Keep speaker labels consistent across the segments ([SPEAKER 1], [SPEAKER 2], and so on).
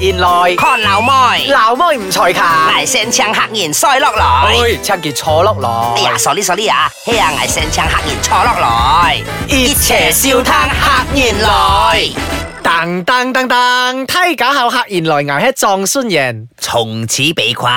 [SPEAKER 1] 現來，
[SPEAKER 2] 看老妹，
[SPEAKER 1] 鬧妹唔才勤，
[SPEAKER 2] 捱聲唱客言衰落來。
[SPEAKER 1] 哎，趁住坐落
[SPEAKER 2] 哎呀
[SPEAKER 1] 來，
[SPEAKER 2] à, ，sorry sorry à, 啊，嘿啊，捱聲唱客言錯落來。
[SPEAKER 1] 熱邪笑嘆客言來。噔噔噔噔，梯架口客言來，捱起撞酸人，
[SPEAKER 2] 從此被困。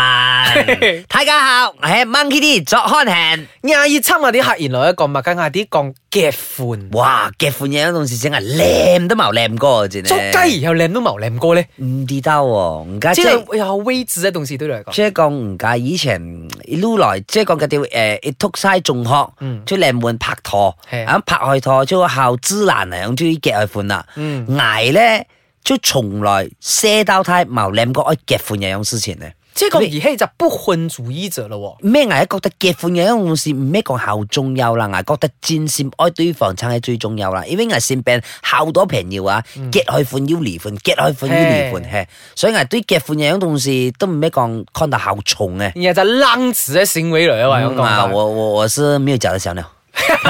[SPEAKER 2] 大家好，我係 Monkey D 作看人。
[SPEAKER 1] 亞熱侵啊啲客言來一個麥梗亞啲講夾款，
[SPEAKER 2] 哇，嘅款嘢嗰陣時真係靚都冇靚過真係。
[SPEAKER 1] 捉雞又靚都冇靚過咧，
[SPEAKER 2] 唔知道喎，而家
[SPEAKER 1] 即
[SPEAKER 2] 即係
[SPEAKER 1] 係有位置啊，同事對你嚟講。
[SPEAKER 2] 即係講唔介以前一路來，即係講嘅條誒，一讀晒中學
[SPEAKER 1] 嗯，
[SPEAKER 2] 即係靚換拍拖，
[SPEAKER 1] 係
[SPEAKER 2] 咁拍開拖，即係校之難兩追結愛款啦。
[SPEAKER 1] 嗯，
[SPEAKER 2] 捱咧，即係從來射到太冇諗過愛結婚嘅樣事情咧。
[SPEAKER 1] 即係個兒戲就不婚主義者咯
[SPEAKER 2] 咩捱覺得結婚嘅一樣事唔咩講效重要啦，捱覺得戰線愛對方真係最重要啦。因為捱善病效多平要啊，結愛款要離婚，結愛款要離婚，係所以捱對結婚嘅樣東西都唔咩講看到效重嘅。
[SPEAKER 1] 喎，然後就冷子嘅行為嚟啊，我
[SPEAKER 2] 嗯啊，
[SPEAKER 1] 講
[SPEAKER 2] 我我我是沒有腳的小鳥，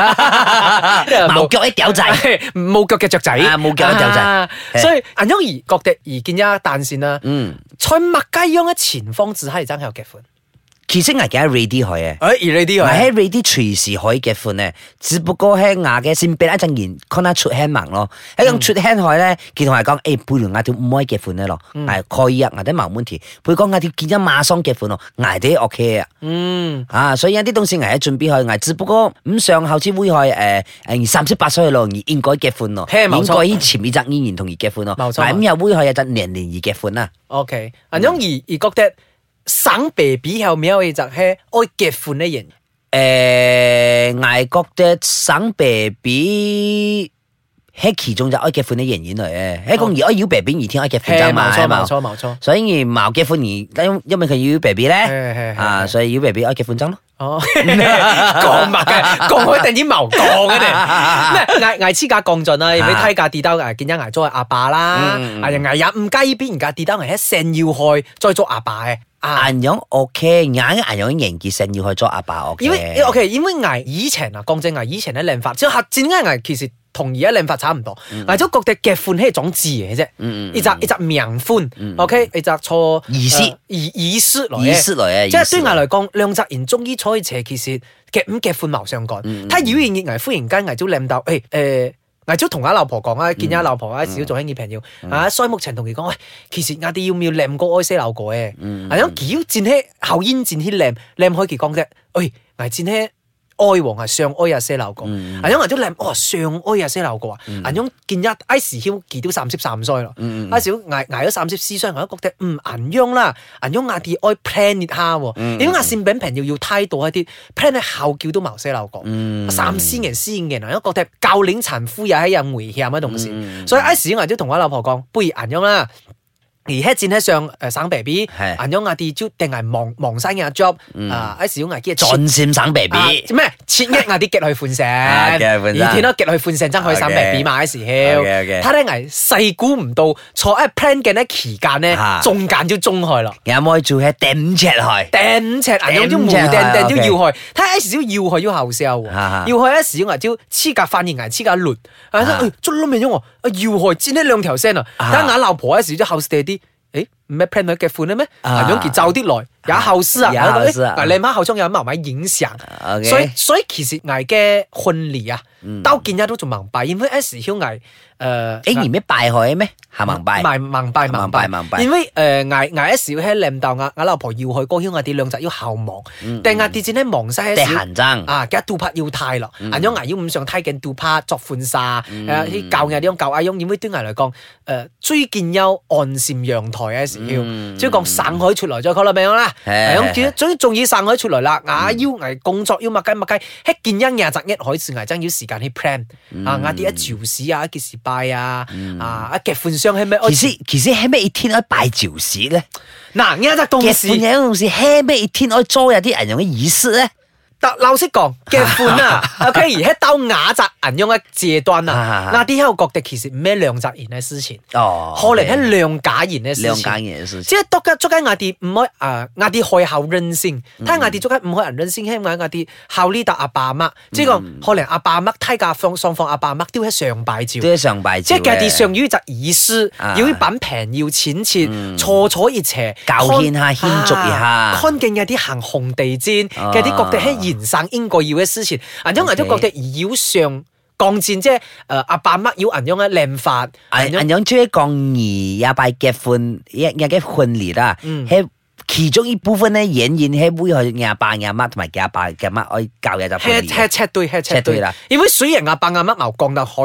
[SPEAKER 1] 因為
[SPEAKER 2] 冇
[SPEAKER 1] 冇
[SPEAKER 2] 腳的屌仔，
[SPEAKER 1] 冇腳嘅雀仔，
[SPEAKER 2] 啊冇腳嘅雀仔
[SPEAKER 1] 啊
[SPEAKER 2] 嘿
[SPEAKER 1] 所以銀優兒覺得而見一彈線啦，
[SPEAKER 2] 嗯，
[SPEAKER 1] 在麥雞樣嘅前方只係爭有夾款。
[SPEAKER 2] 其實我幾 ready 去
[SPEAKER 1] 誒，
[SPEAKER 2] 嘅。
[SPEAKER 1] 而你啲
[SPEAKER 2] 我喺 ready 隨時可以結婚咧，只不過喺牙嘅先俾一陣言，看下出輕盲咯。喺種出輕海咧，佢同我講，誒，背完牙條唔可以結婚咧咯，
[SPEAKER 1] 嗯
[SPEAKER 2] 係可以啊，牙啲冇問題。背講牙條見一馬上結婚咯，牙啲 OK 啊，
[SPEAKER 1] 嗯，
[SPEAKER 2] 啊，所以有啲東西牙喺準備去牙，只不過咁上後先會去誒誒呃三十八歲咯，而應該結婚咯，
[SPEAKER 1] 嘿冇
[SPEAKER 2] 應
[SPEAKER 1] 錯
[SPEAKER 2] 該以前面責依然同而結婚咯，
[SPEAKER 1] 冇錯
[SPEAKER 2] 咁又會去有陣年年而結婚啊啦。
[SPEAKER 1] OK，銀優兒而覺得生 baby 後面嘅就係愛夾款嘅人，
[SPEAKER 2] 诶，外國嘅省 baby 喺其中就愛結婚嘅人演嚟嘅，喺講而愛要 baby 而天愛結婚咋
[SPEAKER 1] 係
[SPEAKER 2] 嘛，
[SPEAKER 1] 冇錯
[SPEAKER 2] 係嘛
[SPEAKER 1] 冇錯冇錯，
[SPEAKER 2] 所以冇結婚而因因為佢要 baby 咧，
[SPEAKER 1] 係係
[SPEAKER 2] 啊，
[SPEAKER 1] 係
[SPEAKER 2] 所以要 baby 愛結婚爭咯，
[SPEAKER 1] 哦，講麥嘅，講開定啲謀講嘅你，咩挨挨黐架降盡啦，你睇架跌兜挨見一挨咗係阿爸啦
[SPEAKER 2] 嗯，嗯
[SPEAKER 1] 挨人挨也唔雞邊，而家跌兜挨一成要害，再做阿爸嘅，啊，
[SPEAKER 2] 顏樣 À, OK，眼 à, 顏樣型結成要去做阿爸 à, OK，
[SPEAKER 1] 因為 OK，因為挨以前啊，降正挨以前咧靚法，即係核戰嘅挨其實同而家靚法差唔多，挨咗覺得嘅款係一種字嚟嘅啫。
[SPEAKER 2] 嗯嗯，嗯
[SPEAKER 1] 一隻一隻名款
[SPEAKER 2] 嗯
[SPEAKER 1] ，OK，一隻錯
[SPEAKER 2] 意思
[SPEAKER 1] 呃意意思來
[SPEAKER 2] 意思
[SPEAKER 1] 嘅，
[SPEAKER 2] 嚟嘅，
[SPEAKER 1] 即
[SPEAKER 2] 意
[SPEAKER 1] 係
[SPEAKER 2] 思
[SPEAKER 1] 對
[SPEAKER 2] 來
[SPEAKER 1] 我嚟講，兩隻人中意坐喺斜其實夾五夾款矛相干。
[SPEAKER 2] 嗯嗯
[SPEAKER 1] 他妖言熱危，忽然間危哎呃早舐到，誒誒。危早同阿老婆講啊，見阿老婆啊，少做輕易平要啊，衰木陳同佢講，喂，其實我哋要唔要舐過哀些鬧過嘅？啊
[SPEAKER 2] 嗯
[SPEAKER 1] 係咁繳戰起後煙戰起舐舐開佢講啫，哎喂，危戰起哀王係上哀啊些鬧過。
[SPEAKER 2] 嗯
[SPEAKER 1] 啊，因為都靚，哦上哀啊先流過啊，啊因見一 I 時曉見到三十三歲咯，
[SPEAKER 2] 嗯嗯
[SPEAKER 1] 啊少捱捱咗三十四歲，我都覺得嗯銀央啦，銀央亞啲愛 plan 一下喎，因為亞線餅平要要態度一啲 plan 喺後叫都冇些流過，
[SPEAKER 2] 嗯
[SPEAKER 1] 三千人私人，我都覺得教練殘夫也係有危險嘅同時，所以 I 時我都同我老婆講，不如銀央啦。而喺戰喺上誒省 baby，
[SPEAKER 2] 係
[SPEAKER 1] 銀央亞啲招定係望望生嘅 job，啊 I 時要捱幾日
[SPEAKER 2] 盡閃省 baby。
[SPEAKER 1] 啊咩？切一牙啲極去款成，
[SPEAKER 2] 啊夾去款成
[SPEAKER 1] 而天咯極去款成真可以省
[SPEAKER 2] OK
[SPEAKER 1] 命比馬嘅時候，
[SPEAKER 2] OK，OK
[SPEAKER 1] 他咧危細估唔到坐喺 plan 嘅呢期間咧
[SPEAKER 2] 啊，
[SPEAKER 1] 中間就中害咯。
[SPEAKER 2] 有冇做喺頂尺去？
[SPEAKER 1] 掟尺啊，有啲
[SPEAKER 2] 掟
[SPEAKER 1] 無
[SPEAKER 2] 尺
[SPEAKER 1] 掟掟
[SPEAKER 2] 係
[SPEAKER 1] 都
[SPEAKER 2] OK
[SPEAKER 1] 要去，睇下 S 小要去要後笑喎，
[SPEAKER 2] 啊啊
[SPEAKER 1] 要去 S 小牙蕉黐架發現牙黐架攣，啊
[SPEAKER 2] 啊
[SPEAKER 1] 哎捉窿命咗我，啊要去煎呢兩條聲啊，
[SPEAKER 2] 啊
[SPEAKER 1] 睇下眼鬧婆 S 小後射啲。誒唔係 plan 女嘅款咧咩？
[SPEAKER 2] 啊
[SPEAKER 1] 楊傑就啲來，有後思啊！
[SPEAKER 2] 有
[SPEAKER 1] 我覺得
[SPEAKER 2] 後思啊
[SPEAKER 1] 哎嗱，你媽口中有麻麻影相，
[SPEAKER 2] OK
[SPEAKER 1] 所以所以其實捱嘅訓練啊，刀見一都仲盲拜，因為 S 小捱誒，
[SPEAKER 2] 誒，而咩敗去咩？下盲敗。
[SPEAKER 1] 盲盲拜盲拜
[SPEAKER 2] 盲拜盲拜
[SPEAKER 1] 因為誒捱捱一少喺領導壓壓老婆要去高曉壓啲兩隻要後望，但壓啲戰咧望晒
[SPEAKER 2] 即
[SPEAKER 1] 一少。
[SPEAKER 2] 行爭。
[SPEAKER 1] 啊！嘅杜拍要太咯，銀樣牙要五上梯緊杜拍作款沙，誒啲教藝啲樣教藝樣，因為對牙嚟講，誒追見優岸禪陽台嘅時要，
[SPEAKER 2] 嗯
[SPEAKER 1] 即係講省海出來再講啦，咪樣啦，
[SPEAKER 2] 係
[SPEAKER 1] 係
[SPEAKER 2] 係
[SPEAKER 1] 咁總總之仲要省海出來啦，牙要捱工作要物雞物雞，一見恩牙擇一海事牙真要時間去 plan，啊牙啲一潮市啊，一結時拜啊，啊一夾款箱係咩？
[SPEAKER 2] 其實其實係咩一天愛拜朝市咧？
[SPEAKER 1] 嗱，呢一隻東
[SPEAKER 2] 嘅本
[SPEAKER 1] 西
[SPEAKER 2] 有東西係咩一天愛做有啲人用嘅儀式咧？
[SPEAKER 1] 但老實講，結婚 啊，OK，而喺到雅集人用嘅階段 啊，
[SPEAKER 2] 啊
[SPEAKER 1] 嗱啲喺我覺得其實唔係兩集人嘅事情，
[SPEAKER 2] 哦，
[SPEAKER 1] 可能係兩家人嘅事
[SPEAKER 2] 兩
[SPEAKER 1] 情
[SPEAKER 2] 間。嘢先。
[SPEAKER 1] 即係多家捉緊我哋唔可以誒，我哋可以孝任性，但係我哋捉緊唔可以人任性，因為我哋孝呢達阿爸阿媽，即係講可能阿爸阿媽睇架放雙方阿爸阿媽都喺上拜照。
[SPEAKER 2] 都係上拜
[SPEAKER 1] 即
[SPEAKER 2] 照
[SPEAKER 1] 係佢哋上於就意思，
[SPEAKER 2] 啊
[SPEAKER 1] 要品平要錢錢，錯錯熱邪，
[SPEAKER 2] 教牽下牽逐一下
[SPEAKER 1] 看見有啲行紅地氈，
[SPEAKER 2] 啊
[SPEAKER 1] 嘅啲覺得喺延省應該要嘅事情，人因為都覺
[SPEAKER 2] OK
[SPEAKER 1] 得要上降戰，即係誒阿爸乜要人用嘅靚法，
[SPEAKER 2] 人啊人樣追講二呀拜結婚，一一嘅婚禮啦，
[SPEAKER 1] 嗯
[SPEAKER 2] 喺其中一部分咧演演喺會去廿八廿乜同埋廿八廿乜愛教嘢就
[SPEAKER 1] 吃
[SPEAKER 2] 婚
[SPEAKER 1] 吃
[SPEAKER 2] 禮。
[SPEAKER 1] 赤對吃赤
[SPEAKER 2] 赤對
[SPEAKER 1] 對
[SPEAKER 2] 啦，
[SPEAKER 1] 因為雖然阿爸阿乜牛降到海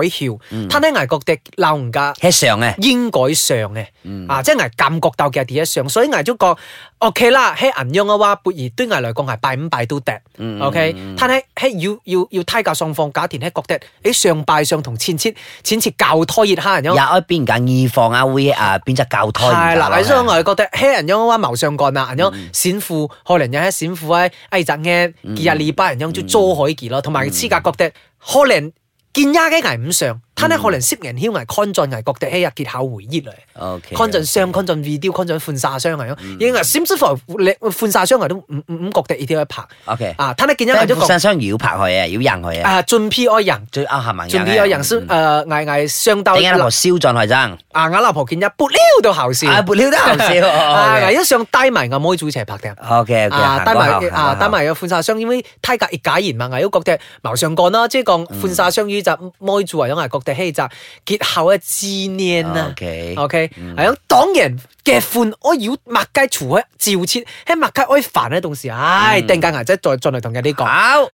[SPEAKER 1] 嘯，他咧危覺得鬧人家。
[SPEAKER 2] 喺上啊嘅，
[SPEAKER 1] 應該上嘅，啊，即係捱感覺到嘅第一上，所以捱咗個 OK 啦，喺銀樣嘅話，撥而對捱嚟講係拜五拜都得，OK，但係喺要要要胎教上放假田喺覺得，誒上拜上同前切前切教拖熱蝦人
[SPEAKER 2] 又
[SPEAKER 1] 樣，
[SPEAKER 2] 愛邊間二房啊會啊邊隻教胎
[SPEAKER 1] 係啦，所以
[SPEAKER 2] 係
[SPEAKER 1] 我係覺得喺人樣嘅話謀上幹啦，人樣閃父可能有喺閃父喺誒陣嘅幾日禮拜人樣就做海記咯，同埋資格覺得可能見丫嘅捱唔上，但係可能攝人囂捱看盡捱覺得喺日結考回憶嚟。
[SPEAKER 2] ，OK，
[SPEAKER 1] 看盡相，看盡 video，看盡寬沙商嚟咯。應該甚至乎你寬沙商嚟都唔唔唔覺得呢啲去拍
[SPEAKER 2] OK，
[SPEAKER 1] 啊！睇你見
[SPEAKER 2] 因
[SPEAKER 1] 咗
[SPEAKER 2] 為
[SPEAKER 1] 佢都
[SPEAKER 2] 富
[SPEAKER 1] 講
[SPEAKER 2] 山商要拍佢啊，要人佢啊，
[SPEAKER 1] 啊，進 P I 人，
[SPEAKER 2] 最啱合盟
[SPEAKER 1] 進 P I 人先啊誒捱捱上到
[SPEAKER 2] 點解老婆燒盡佢爭？
[SPEAKER 1] 啊！我老婆見一撥撩到後線，
[SPEAKER 2] 啊，
[SPEAKER 1] 啊
[SPEAKER 2] 撥料都好笑。
[SPEAKER 1] 捱一上低埋我妹組一齊拍嘅。
[SPEAKER 2] O K O K，
[SPEAKER 1] 啊，帶埋啊，帶埋個寬沙商，因為梯格亦解言嘛，我都覺得謀上幹啦，即係講寬沙商於就妹住為咗我覺得希就結後嘅紀念啊。
[SPEAKER 2] O K，
[SPEAKER 1] ờ, OK，係咁當然嘅款，我要麥雞除開照切，喺麥雞我煩咧，同時，唉，定價牙仔再進嚟同人哋講，
[SPEAKER 2] 好。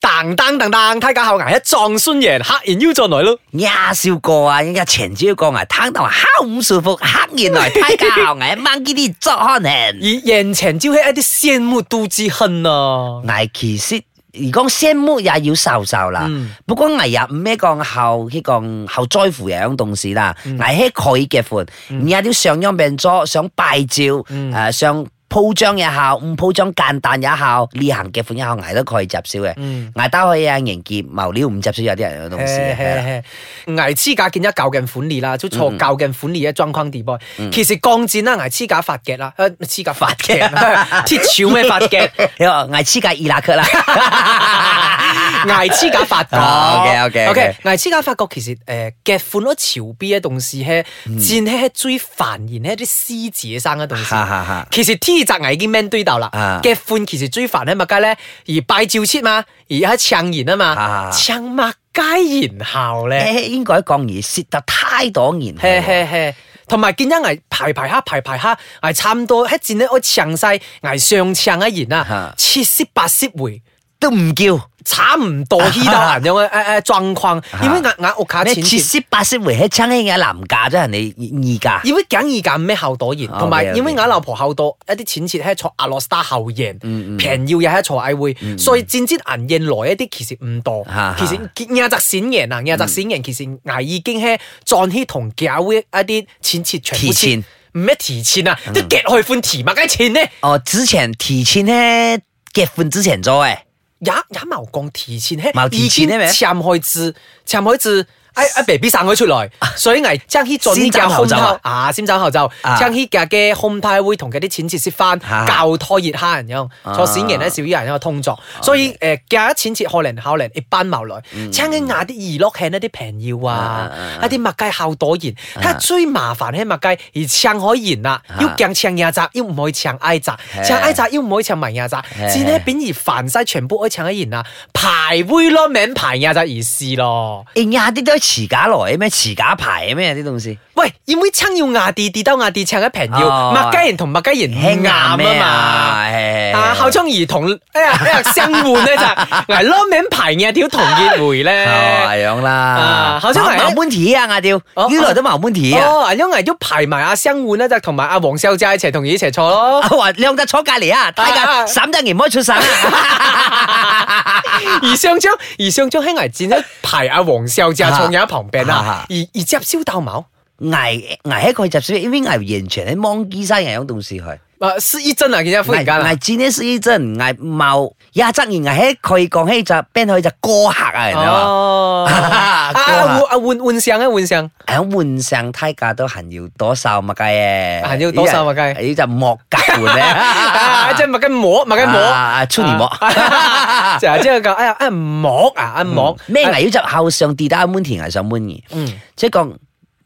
[SPEAKER 1] 噔噔噔噔，睇下後牙一撞酸贏，黑然腰進來咯，
[SPEAKER 2] 廿少個啊，人家前朝個啊，攤到烤唔舒服，黑原來太教挨掹呢啲作可
[SPEAKER 1] 而
[SPEAKER 2] 能。
[SPEAKER 1] 人情招起一啲羨慕妒忌恨啊！
[SPEAKER 2] 挨其實而講先木也要受受啦
[SPEAKER 1] 嗯，
[SPEAKER 2] 不過挨呀唔咩講後呢講後在乎樣東西啦，挨喺佢嘅款，而家啲上央病咗，想拜照誒想。鋪張也好，唔鋪張簡單也好，呢行嘅款也好，挨得佢接少嘅，
[SPEAKER 1] 嗯
[SPEAKER 2] 挨得佢啊，營結無料唔接少有啲人嘅東西係啦。
[SPEAKER 1] 嘿嘿牙黐架見一教嘅款
[SPEAKER 2] 嗯
[SPEAKER 1] 列啦，都錯教嘅款列嘅狀況地步。其實鋼戰啦，牙黐架發夾 啦，誒黐架發夾， 鐵柱咩發 夾？
[SPEAKER 2] 你話挨黐架伊拉克啦。
[SPEAKER 1] 艾黐架法國
[SPEAKER 2] 啊 OK，OK，OK
[SPEAKER 1] OK，艾黐架法國其實誒嘅款咯潮 B 嘅動事係
[SPEAKER 2] 嗯
[SPEAKER 1] 戰係最繁衍係啲獅子嘅生嘅動事
[SPEAKER 2] 哈哈哈。
[SPEAKER 1] 其實 T 集危已經 man 堆到啦
[SPEAKER 2] 啊，
[SPEAKER 1] 嘅款其實最煩喺麥街咧，而拜照切嘛，而家唱言啊嘛
[SPEAKER 2] 啊，
[SPEAKER 1] 唱麥街然後咧，
[SPEAKER 2] 誒應該講而蝕得太多年，
[SPEAKER 1] 嘿嘿嘿。同埋見一危排排下排排下，危差唔多喺戰咧我唱晒危上唱一言啊
[SPEAKER 2] 啊，
[SPEAKER 1] 切涉白涉回。
[SPEAKER 2] 都唔叫
[SPEAKER 1] 差唔多呢度人有嘅誒誒狀況，因為壓壓屋卡
[SPEAKER 2] 咩
[SPEAKER 1] 錢
[SPEAKER 2] 切
[SPEAKER 1] 錢，
[SPEAKER 2] 蝕八蝕回喺親兄嘅男價啫，人哋二價。
[SPEAKER 1] 因為揀二揀咩後朵言，
[SPEAKER 2] 啊
[SPEAKER 1] 同埋
[SPEAKER 2] OK，OK
[SPEAKER 1] 因為壓老婆後朵一啲錢錢係坐阿羅斯達後贏，
[SPEAKER 2] 嗯
[SPEAKER 1] 平要又係坐矮會，所以戰之銀印來一啲其實唔多
[SPEAKER 2] 啊，
[SPEAKER 1] 其實亞澤閃贏啊，
[SPEAKER 2] 嗯
[SPEAKER 1] 亞澤閃贏其實牙已經係撞起同搞一啲錢錢全部
[SPEAKER 2] 提嗯錢
[SPEAKER 1] 唔咩提錢啊，都夾去款提乜嘅錢呢？
[SPEAKER 2] 哦，之前提前咧結婚之前咗嘅，哎
[SPEAKER 1] 也也冇講提前嘿，
[SPEAKER 2] 冇提前呢咩
[SPEAKER 1] 潛開字，潛開字，哎哎 baby 生咗出來，所以危將佢做呢
[SPEAKER 2] 啊先斬後奏啊
[SPEAKER 1] 啊，先斬後奏，
[SPEAKER 2] 啊
[SPEAKER 1] 將佢嘅嘅空胎會同嗰啲錢節蝕翻，
[SPEAKER 2] 啊
[SPEAKER 1] 教拖熱蝦人樣，坐閃人咧少啲人有通作，所以誒嘅錢節可能可能一班冇來，將佢壓啲娛樂慶一啲平要啊
[SPEAKER 2] 嗯啊啊，啊
[SPEAKER 1] 一啲麥雞孝朵言，睇下最麻煩係麥雞，而唱可言啦，啊要勁唱廿集，要唔可以唱挨集，唱挨集要唔可以唱埋廿集，至呢變而凡晒全部可以唱一言啊，排會咯，名排廿集而是咯。
[SPEAKER 2] 誒廿啲都係持假來嘅咩，持假牌嘅咩啲東西。
[SPEAKER 1] 喂，要唔要唱要牙地地兜牙地唱一平要，
[SPEAKER 2] 哦
[SPEAKER 1] 麥雞人同麥雞人唔啱啊嘛。啊，
[SPEAKER 2] 嘛
[SPEAKER 1] 後窗兒童哎呀哎 呀相換咧就係，嗱攞名排嘅條同結 回咧。
[SPEAKER 2] 係
[SPEAKER 1] 啊
[SPEAKER 2] 樣哦啦，
[SPEAKER 1] 後生係
[SPEAKER 2] 冇問題啊，我屌，
[SPEAKER 1] 哦
[SPEAKER 2] 原來都冇問題啊。
[SPEAKER 1] 哦，因為要排埋阿生換咧，就同埋阿黃少仔一齊同佢一齊坐咯
[SPEAKER 2] 我。話兩隻坐隔離啊，大
[SPEAKER 1] 啊啊
[SPEAKER 2] 家審得唔可以出省 啊。
[SPEAKER 1] 而上張而上張喺危戰咧排阿黃少仔坐喺旁邊啊
[SPEAKER 2] 啊，
[SPEAKER 1] 而而接燒鬥矛。
[SPEAKER 2] 挨挨喺佢入水，因為挨完全喺芒基山人樣同事去。
[SPEAKER 1] 啊，失憶症啊，而家忽然間啊
[SPEAKER 2] 挨，戰呢是一陣挨冇廿七年挨喺佢講起就 band 佢就歌客啊，人哋
[SPEAKER 1] Ờ.
[SPEAKER 2] 話
[SPEAKER 1] 哦，啊啊換啊換換相啊換相，
[SPEAKER 2] 喺換上梯架都行要多手乜雞嘅，
[SPEAKER 1] 行要多手乜雞
[SPEAKER 2] 呢就莫 格換
[SPEAKER 1] 啊
[SPEAKER 2] 咧，
[SPEAKER 1] 即係咪跟摸咪跟
[SPEAKER 2] À,
[SPEAKER 1] 摸，
[SPEAKER 2] 啊出
[SPEAKER 1] À.
[SPEAKER 2] 年莫。
[SPEAKER 1] 就係即係個哎呀啊摸啊啊
[SPEAKER 2] Ừ.
[SPEAKER 1] 摸
[SPEAKER 2] 咩危要就後上地打滿田係上滿嘅，
[SPEAKER 1] 嗯
[SPEAKER 2] 即係講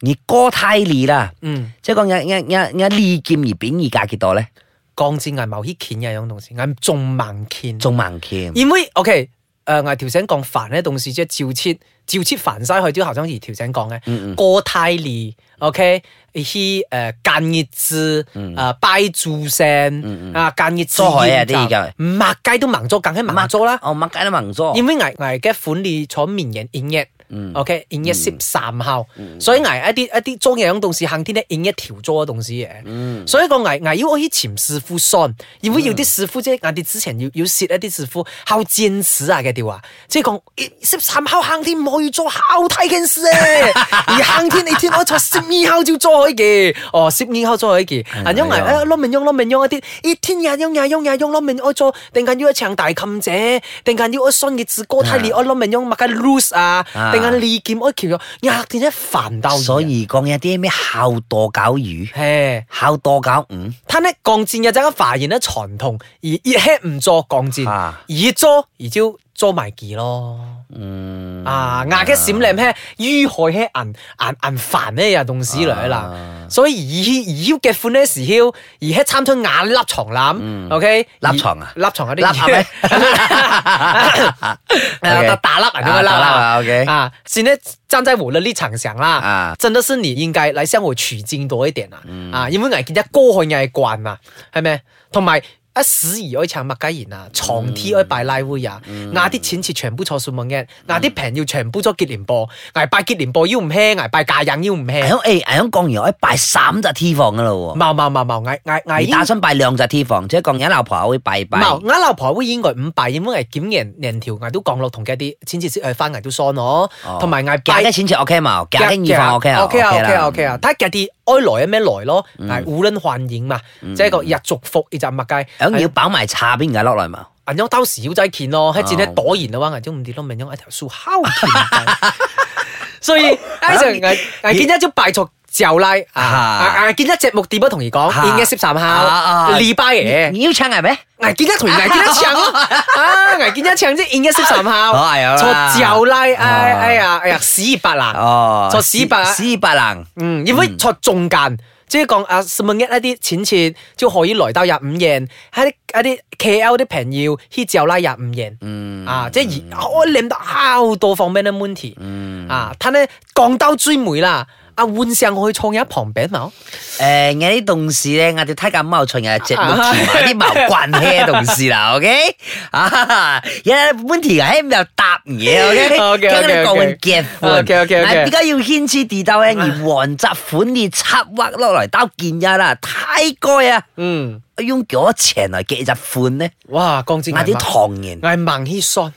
[SPEAKER 2] 你歌太利啦，
[SPEAKER 1] 嗯，
[SPEAKER 2] 即係講有有有有利劍而扁而價幾多咧？
[SPEAKER 1] 鋼字係某啲鉗嘅樣東西，係仲猛鉗。
[SPEAKER 2] 仲猛劍，
[SPEAKER 1] 因為 OK，誒、呃，ờ, 我調整講煩呢動事即係照切照切煩晒去啲頭先而調整講嘅過太利 OK，去 ờ, 誒間熱字誒拜住聲啊間熱字
[SPEAKER 2] 災害啊啲而家
[SPEAKER 1] 麥雞都盲咗，梗係盲咗啦。
[SPEAKER 2] 哦猛雞都猛咗，
[SPEAKER 1] 因為危危嘅款你坐綿人 in 一
[SPEAKER 2] 嗯
[SPEAKER 1] ，OK in 一攝三效，所以危一啲一啲中嘅樣動事行天咧 in 一條咗嘅動事嘅。
[SPEAKER 2] 嗯
[SPEAKER 1] 所以個危危要我啲潛師傅信，如果要啲師傅即係我哋之前要要攝一啲師傅考戰士啊嘅條啊，即係講攝三考行天唔可以做考睇件事咧，啊 而行天你天可以做攝二考照做可以嘅，哦攝二考做可以嘅，啊因為
[SPEAKER 2] 係啊
[SPEAKER 1] 誒攞命用攞命用一啲，咦天也用也用也用攞命我做，定緊要一唱大琴者，定緊要我信嘅字歌睇你我攞命用物嘅 lose 啊，
[SPEAKER 2] 啊
[SPEAKER 1] 定緊利劍我橋咗，廿天一煩鬥，
[SPEAKER 2] 所以講有啲咩孝墮搞魚，
[SPEAKER 1] 嘿。
[SPEAKER 2] 孝墮搞五，
[SPEAKER 1] 他呢鋼戰嘅陣發現呢傳統，而熱氣唔做鋼戰，
[SPEAKER 2] 啊
[SPEAKER 1] 而做而招做埋技咯。
[SPEAKER 2] 嗯
[SPEAKER 1] 啊，牙嘅閃亮咩？於害咩？銀銀銀煩呢又動史來啦
[SPEAKER 2] 啊。
[SPEAKER 1] 所以而而嘅款呢時曉，而喺參吞眼粒床攬
[SPEAKER 2] 嗯
[SPEAKER 1] ，OK 而。
[SPEAKER 2] 粒床啊
[SPEAKER 1] 粒床嗰啲
[SPEAKER 2] 粒係 咪
[SPEAKER 1] 呃
[SPEAKER 2] OK
[SPEAKER 1] 大粒啊，咁樣粒
[SPEAKER 2] 啊大粒
[SPEAKER 1] 啊
[SPEAKER 2] 啊，OK
[SPEAKER 1] 啊，現在站在我的立場上啦，
[SPEAKER 2] 啊
[SPEAKER 1] 真的是你應該嚟向我取經多一點啊，
[SPEAKER 2] 嗯
[SPEAKER 1] 啊，因為危見一歌去藝慣啊，係咪？同埋一史而愛唱麥雞言啊，床 T 愛拜拉會啊，
[SPEAKER 2] 嗯
[SPEAKER 1] 嗌啲錢切全部錯數網嘅，嗌啲平要全部咗結連播，捱拜結連播要唔輕，捱拜嫁人要唔輕，
[SPEAKER 2] 響誒響講完，我拜三隻 T 房噶啦喎，
[SPEAKER 1] 冇冇冇冇，捱捱捱
[SPEAKER 2] 你打算拜兩隻 T 房，即係講有老婆會拜拜。
[SPEAKER 1] 冇，啱老婆會應該五拜，因為檢人人條捱都降落同嘅啲，錢切呃誒翻捱都喪咯，
[SPEAKER 2] 哦
[SPEAKER 1] 同埋捱
[SPEAKER 2] 假
[SPEAKER 1] 拜
[SPEAKER 2] 嘅。錢就 OK 嘛，假嘅二房 OK 啊
[SPEAKER 1] OK 啊，OK 啊，OK
[SPEAKER 2] 啊，
[SPEAKER 1] 啊，睇下啲愛來有咩來咯，係胡倫幻影嘛，即係個日族服而就物雞，
[SPEAKER 2] 響要擺埋差邊嘅落嚟嘛，
[SPEAKER 1] 銀優兜時妖仔見咯，喺戰咧躲然嘅話，銀中唔跌咯，明咗一條樹烤甜。所以喺就銀銀見一招敗錯就拉啊，銀見一隻木碟不同而講，見嘅攝三下，李拜嘢。
[SPEAKER 2] 你要唱係咩？
[SPEAKER 1] 危見一同危見一唱咯，啊危見一唱即係 in 一識神效，
[SPEAKER 2] 好係啊啦
[SPEAKER 1] 錯就拉，哎哎呀哎呀屎白蘭，
[SPEAKER 2] 哦，
[SPEAKER 1] 做屎白
[SPEAKER 2] 屎白能，
[SPEAKER 1] 嗯，因為錯中間，即係講啊什麼一啲錢錢就可以來到廿五元，喺啲一啲 KL 啲朋友去就拉廿五元，
[SPEAKER 2] 嗯
[SPEAKER 1] 啊即係而我諗到好多方面嘅問題，
[SPEAKER 2] 嗯，
[SPEAKER 1] 啊，他呢講到追梅啦，啊換上我去創一旁餅冇，
[SPEAKER 2] 誒，我啲同事咧，我哋睇緊貓巡日隻木條埋啲毛棍嘅同事啦，OK，啊，有本條喺度搭嘢，OK，夾款，比較要牽涉地道咧，而黃澤款你策劃落嚟兜見一啦，太該啊！
[SPEAKER 1] 嗯，
[SPEAKER 2] 用幾多錢嚟結一款咧？
[SPEAKER 1] 哇講真
[SPEAKER 2] 嗌啲唐人
[SPEAKER 1] 我係盲希酸，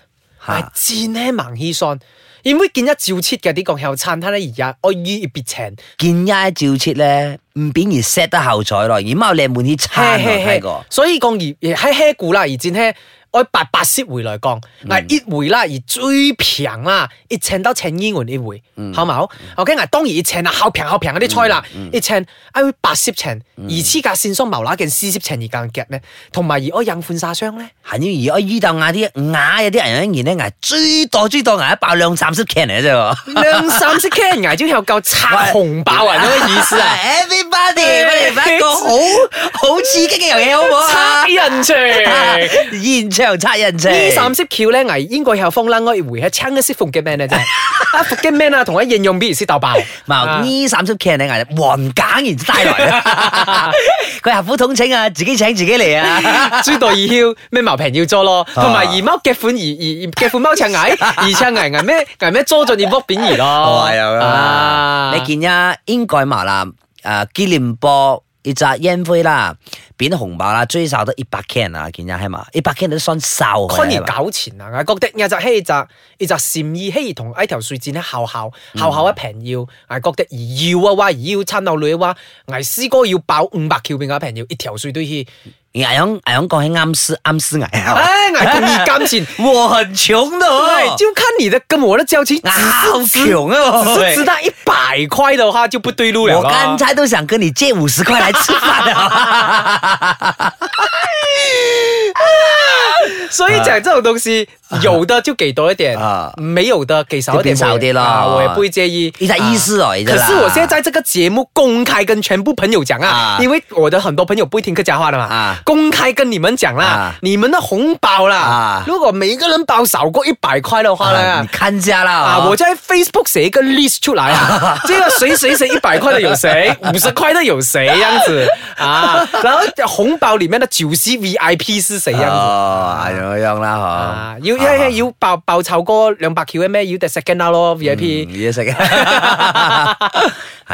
[SPEAKER 2] 嚇
[SPEAKER 1] 係戰呢盲希酸。因為見一照切嘅啲講後餐廳咧，而家我以別情，
[SPEAKER 2] 見一照切咧，唔扁而 set 得後彩咯，而貓靚滿啲餐我睇過。
[SPEAKER 1] 所以講而而喺嘿股啦，而戰呢，我白白蝕回來講，嗱一回啦，而最平啦，一請到請英元一回，好冇？OK，嗱當然一請啦，好平好平嗰啲菜啦，一請啊會白蝕請，而黐架線鬆毛乸件絲蝕請而間夾咧，同埋而我引款沙箱咧，
[SPEAKER 2] 行咗而我遇到嗌啲嗌有啲人一然咧，嗌最多最多嗌一爆兩三色 can 嚟 嘅啫喎。
[SPEAKER 1] 兩三色 can 牙椒又夠拆紅爆 啊！咁嘅意思啊！
[SPEAKER 2] ！Everybody，我哋發一個好好刺激嘅遊戲，好唔好啊
[SPEAKER 1] 拆？人情。
[SPEAKER 2] 現場測人啫。
[SPEAKER 1] 呢三色橋咧，危英國後方啦，我要回喺撐一色服嘅 man 咧啫， 啊服嘅 man 啊，同我應用 B 先鬥爆，啊
[SPEAKER 2] 嗱，呢三出劇你嗌黃簡然 帶來， 佢合府統請啊，自己請自己嚟啊！
[SPEAKER 1] 豬代二囂咩毛平要捉咯，同埋二貓嘅款而而嘅款貓撐 危，而撐危危咩危咩捉盡要剝扁而咯，
[SPEAKER 2] 哦係啊
[SPEAKER 1] 啊
[SPEAKER 2] 你見呀，應該嘛啦，誒紀念波。一隻煙灰啦，扁紅包啦，最少都一百 can 啊，見呀係嘛？一百 can 都算少嘅
[SPEAKER 1] 可以
[SPEAKER 2] 係嘛
[SPEAKER 1] 搞錢啊！我覺得有隻希就有隻善意希同呢條水戰咧後後後後一平要，我覺得而要啊話而要參到女話，危師哥要爆五百橋邊嘅平要，一條水都要。
[SPEAKER 2] 牙勇牙勇講起啱思啱思牙啊，
[SPEAKER 1] 唉，我故意金錢，
[SPEAKER 2] 我很窮的
[SPEAKER 1] 對，
[SPEAKER 2] 哦，
[SPEAKER 1] 就看你的跟我的交情，只
[SPEAKER 2] 啊
[SPEAKER 1] 是
[SPEAKER 2] 好窮啊！
[SPEAKER 1] 只是
[SPEAKER 2] 喂
[SPEAKER 1] 值到一百塊的話就不對路了
[SPEAKER 2] 我
[SPEAKER 1] 咯。
[SPEAKER 2] 刚才都想跟你借五十块来吃饭了。
[SPEAKER 1] 所以講這種東西，有的就給多一點
[SPEAKER 2] 啊，
[SPEAKER 1] 沒有的給少一點，
[SPEAKER 2] 就變少啲咯
[SPEAKER 1] 啊我也不會介意。啊
[SPEAKER 2] 你在意思哦，你在
[SPEAKER 1] 可
[SPEAKER 2] 啦
[SPEAKER 1] 是我现在在这个节目公开跟全部朋友讲啊
[SPEAKER 2] 啊，
[SPEAKER 1] 因为我的很多朋友不会听客家话的嘛，
[SPEAKER 2] 啊
[SPEAKER 1] 公开跟你们讲啦，
[SPEAKER 2] 啊
[SPEAKER 1] 你们的红包啦，
[SPEAKER 2] 啊
[SPEAKER 1] 如果每一个人包少过一百块的话呢？
[SPEAKER 2] 啊你看家啦
[SPEAKER 1] 啊！我在 Facebook 写一个 list 出来啊，这个谁谁谁一百块的有谁，五十块的有谁，这样子啊。然后红包里面的九十 VIP 是谁，这样子
[SPEAKER 2] 哦，係咁樣啦，嗬。
[SPEAKER 1] 啊？要要要要爆爆炒哥兩百 Q 咩？要 the second round 咯 VIP。
[SPEAKER 2] 嗯嘢食嘅，係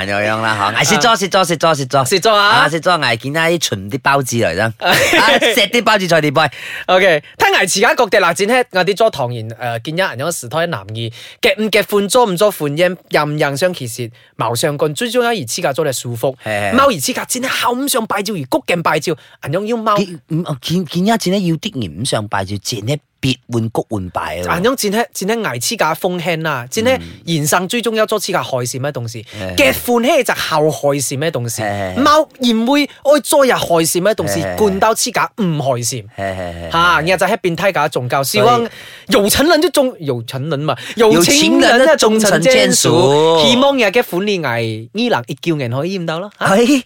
[SPEAKER 2] 咁樣啦，嗬。嗌蝕咗，蝕咗，蝕咗，蝕咗，
[SPEAKER 1] 蝕咗啊
[SPEAKER 2] 蝕咗，嗌見啲存啲包子嚟啦，啊錫啲包子菜碟杯，
[SPEAKER 1] OK，睇牙齒間各地辣展咧，我啲做唐然誒見一人有時胎男兒，夾唔夾款做唔做款音，任人相其舌，謀上棍，最重要而黐架做你舒服，
[SPEAKER 2] 係
[SPEAKER 1] 貓而黐架展咧口唔上拜照而谷鏡拜照，銀樣要貓，銀
[SPEAKER 2] 見唔見見一戰咧要啲鹽上拜住，戰咧別換谷換拜啊。嗯
[SPEAKER 1] 樣展咧展咧牙黐架風輕啦，展咧啊人生最重要做黐架害是咩東西，夾款咧就後害是咩東西
[SPEAKER 2] 係，
[SPEAKER 1] 貓然會愛做日害是咩東西，
[SPEAKER 2] 係
[SPEAKER 1] 灌到黐架唔害是。
[SPEAKER 2] 嘿嘿嘿
[SPEAKER 1] 啊，然後就喺變態架仲教希
[SPEAKER 2] 所以
[SPEAKER 1] 望有錢人就中有錢人嘛，有
[SPEAKER 2] 有
[SPEAKER 1] 錢
[SPEAKER 2] 錢
[SPEAKER 1] 人
[SPEAKER 2] 人
[SPEAKER 1] 咧
[SPEAKER 2] 就
[SPEAKER 1] 中
[SPEAKER 2] 中
[SPEAKER 1] 層
[SPEAKER 2] 層
[SPEAKER 1] 尖
[SPEAKER 2] 尖
[SPEAKER 1] 數
[SPEAKER 2] 數，
[SPEAKER 1] 希望日嘅款呢藝呢能一叫人可以驗到咯。
[SPEAKER 2] 嘿，銀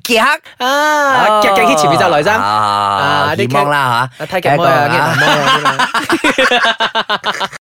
[SPEAKER 2] 夾。
[SPEAKER 1] 啊，夾夾喺前面就來爭
[SPEAKER 2] 哦啊，
[SPEAKER 1] 啲
[SPEAKER 2] 希望啦吓，
[SPEAKER 1] 啊睇夾妹啊，夾男妹啊。啲啦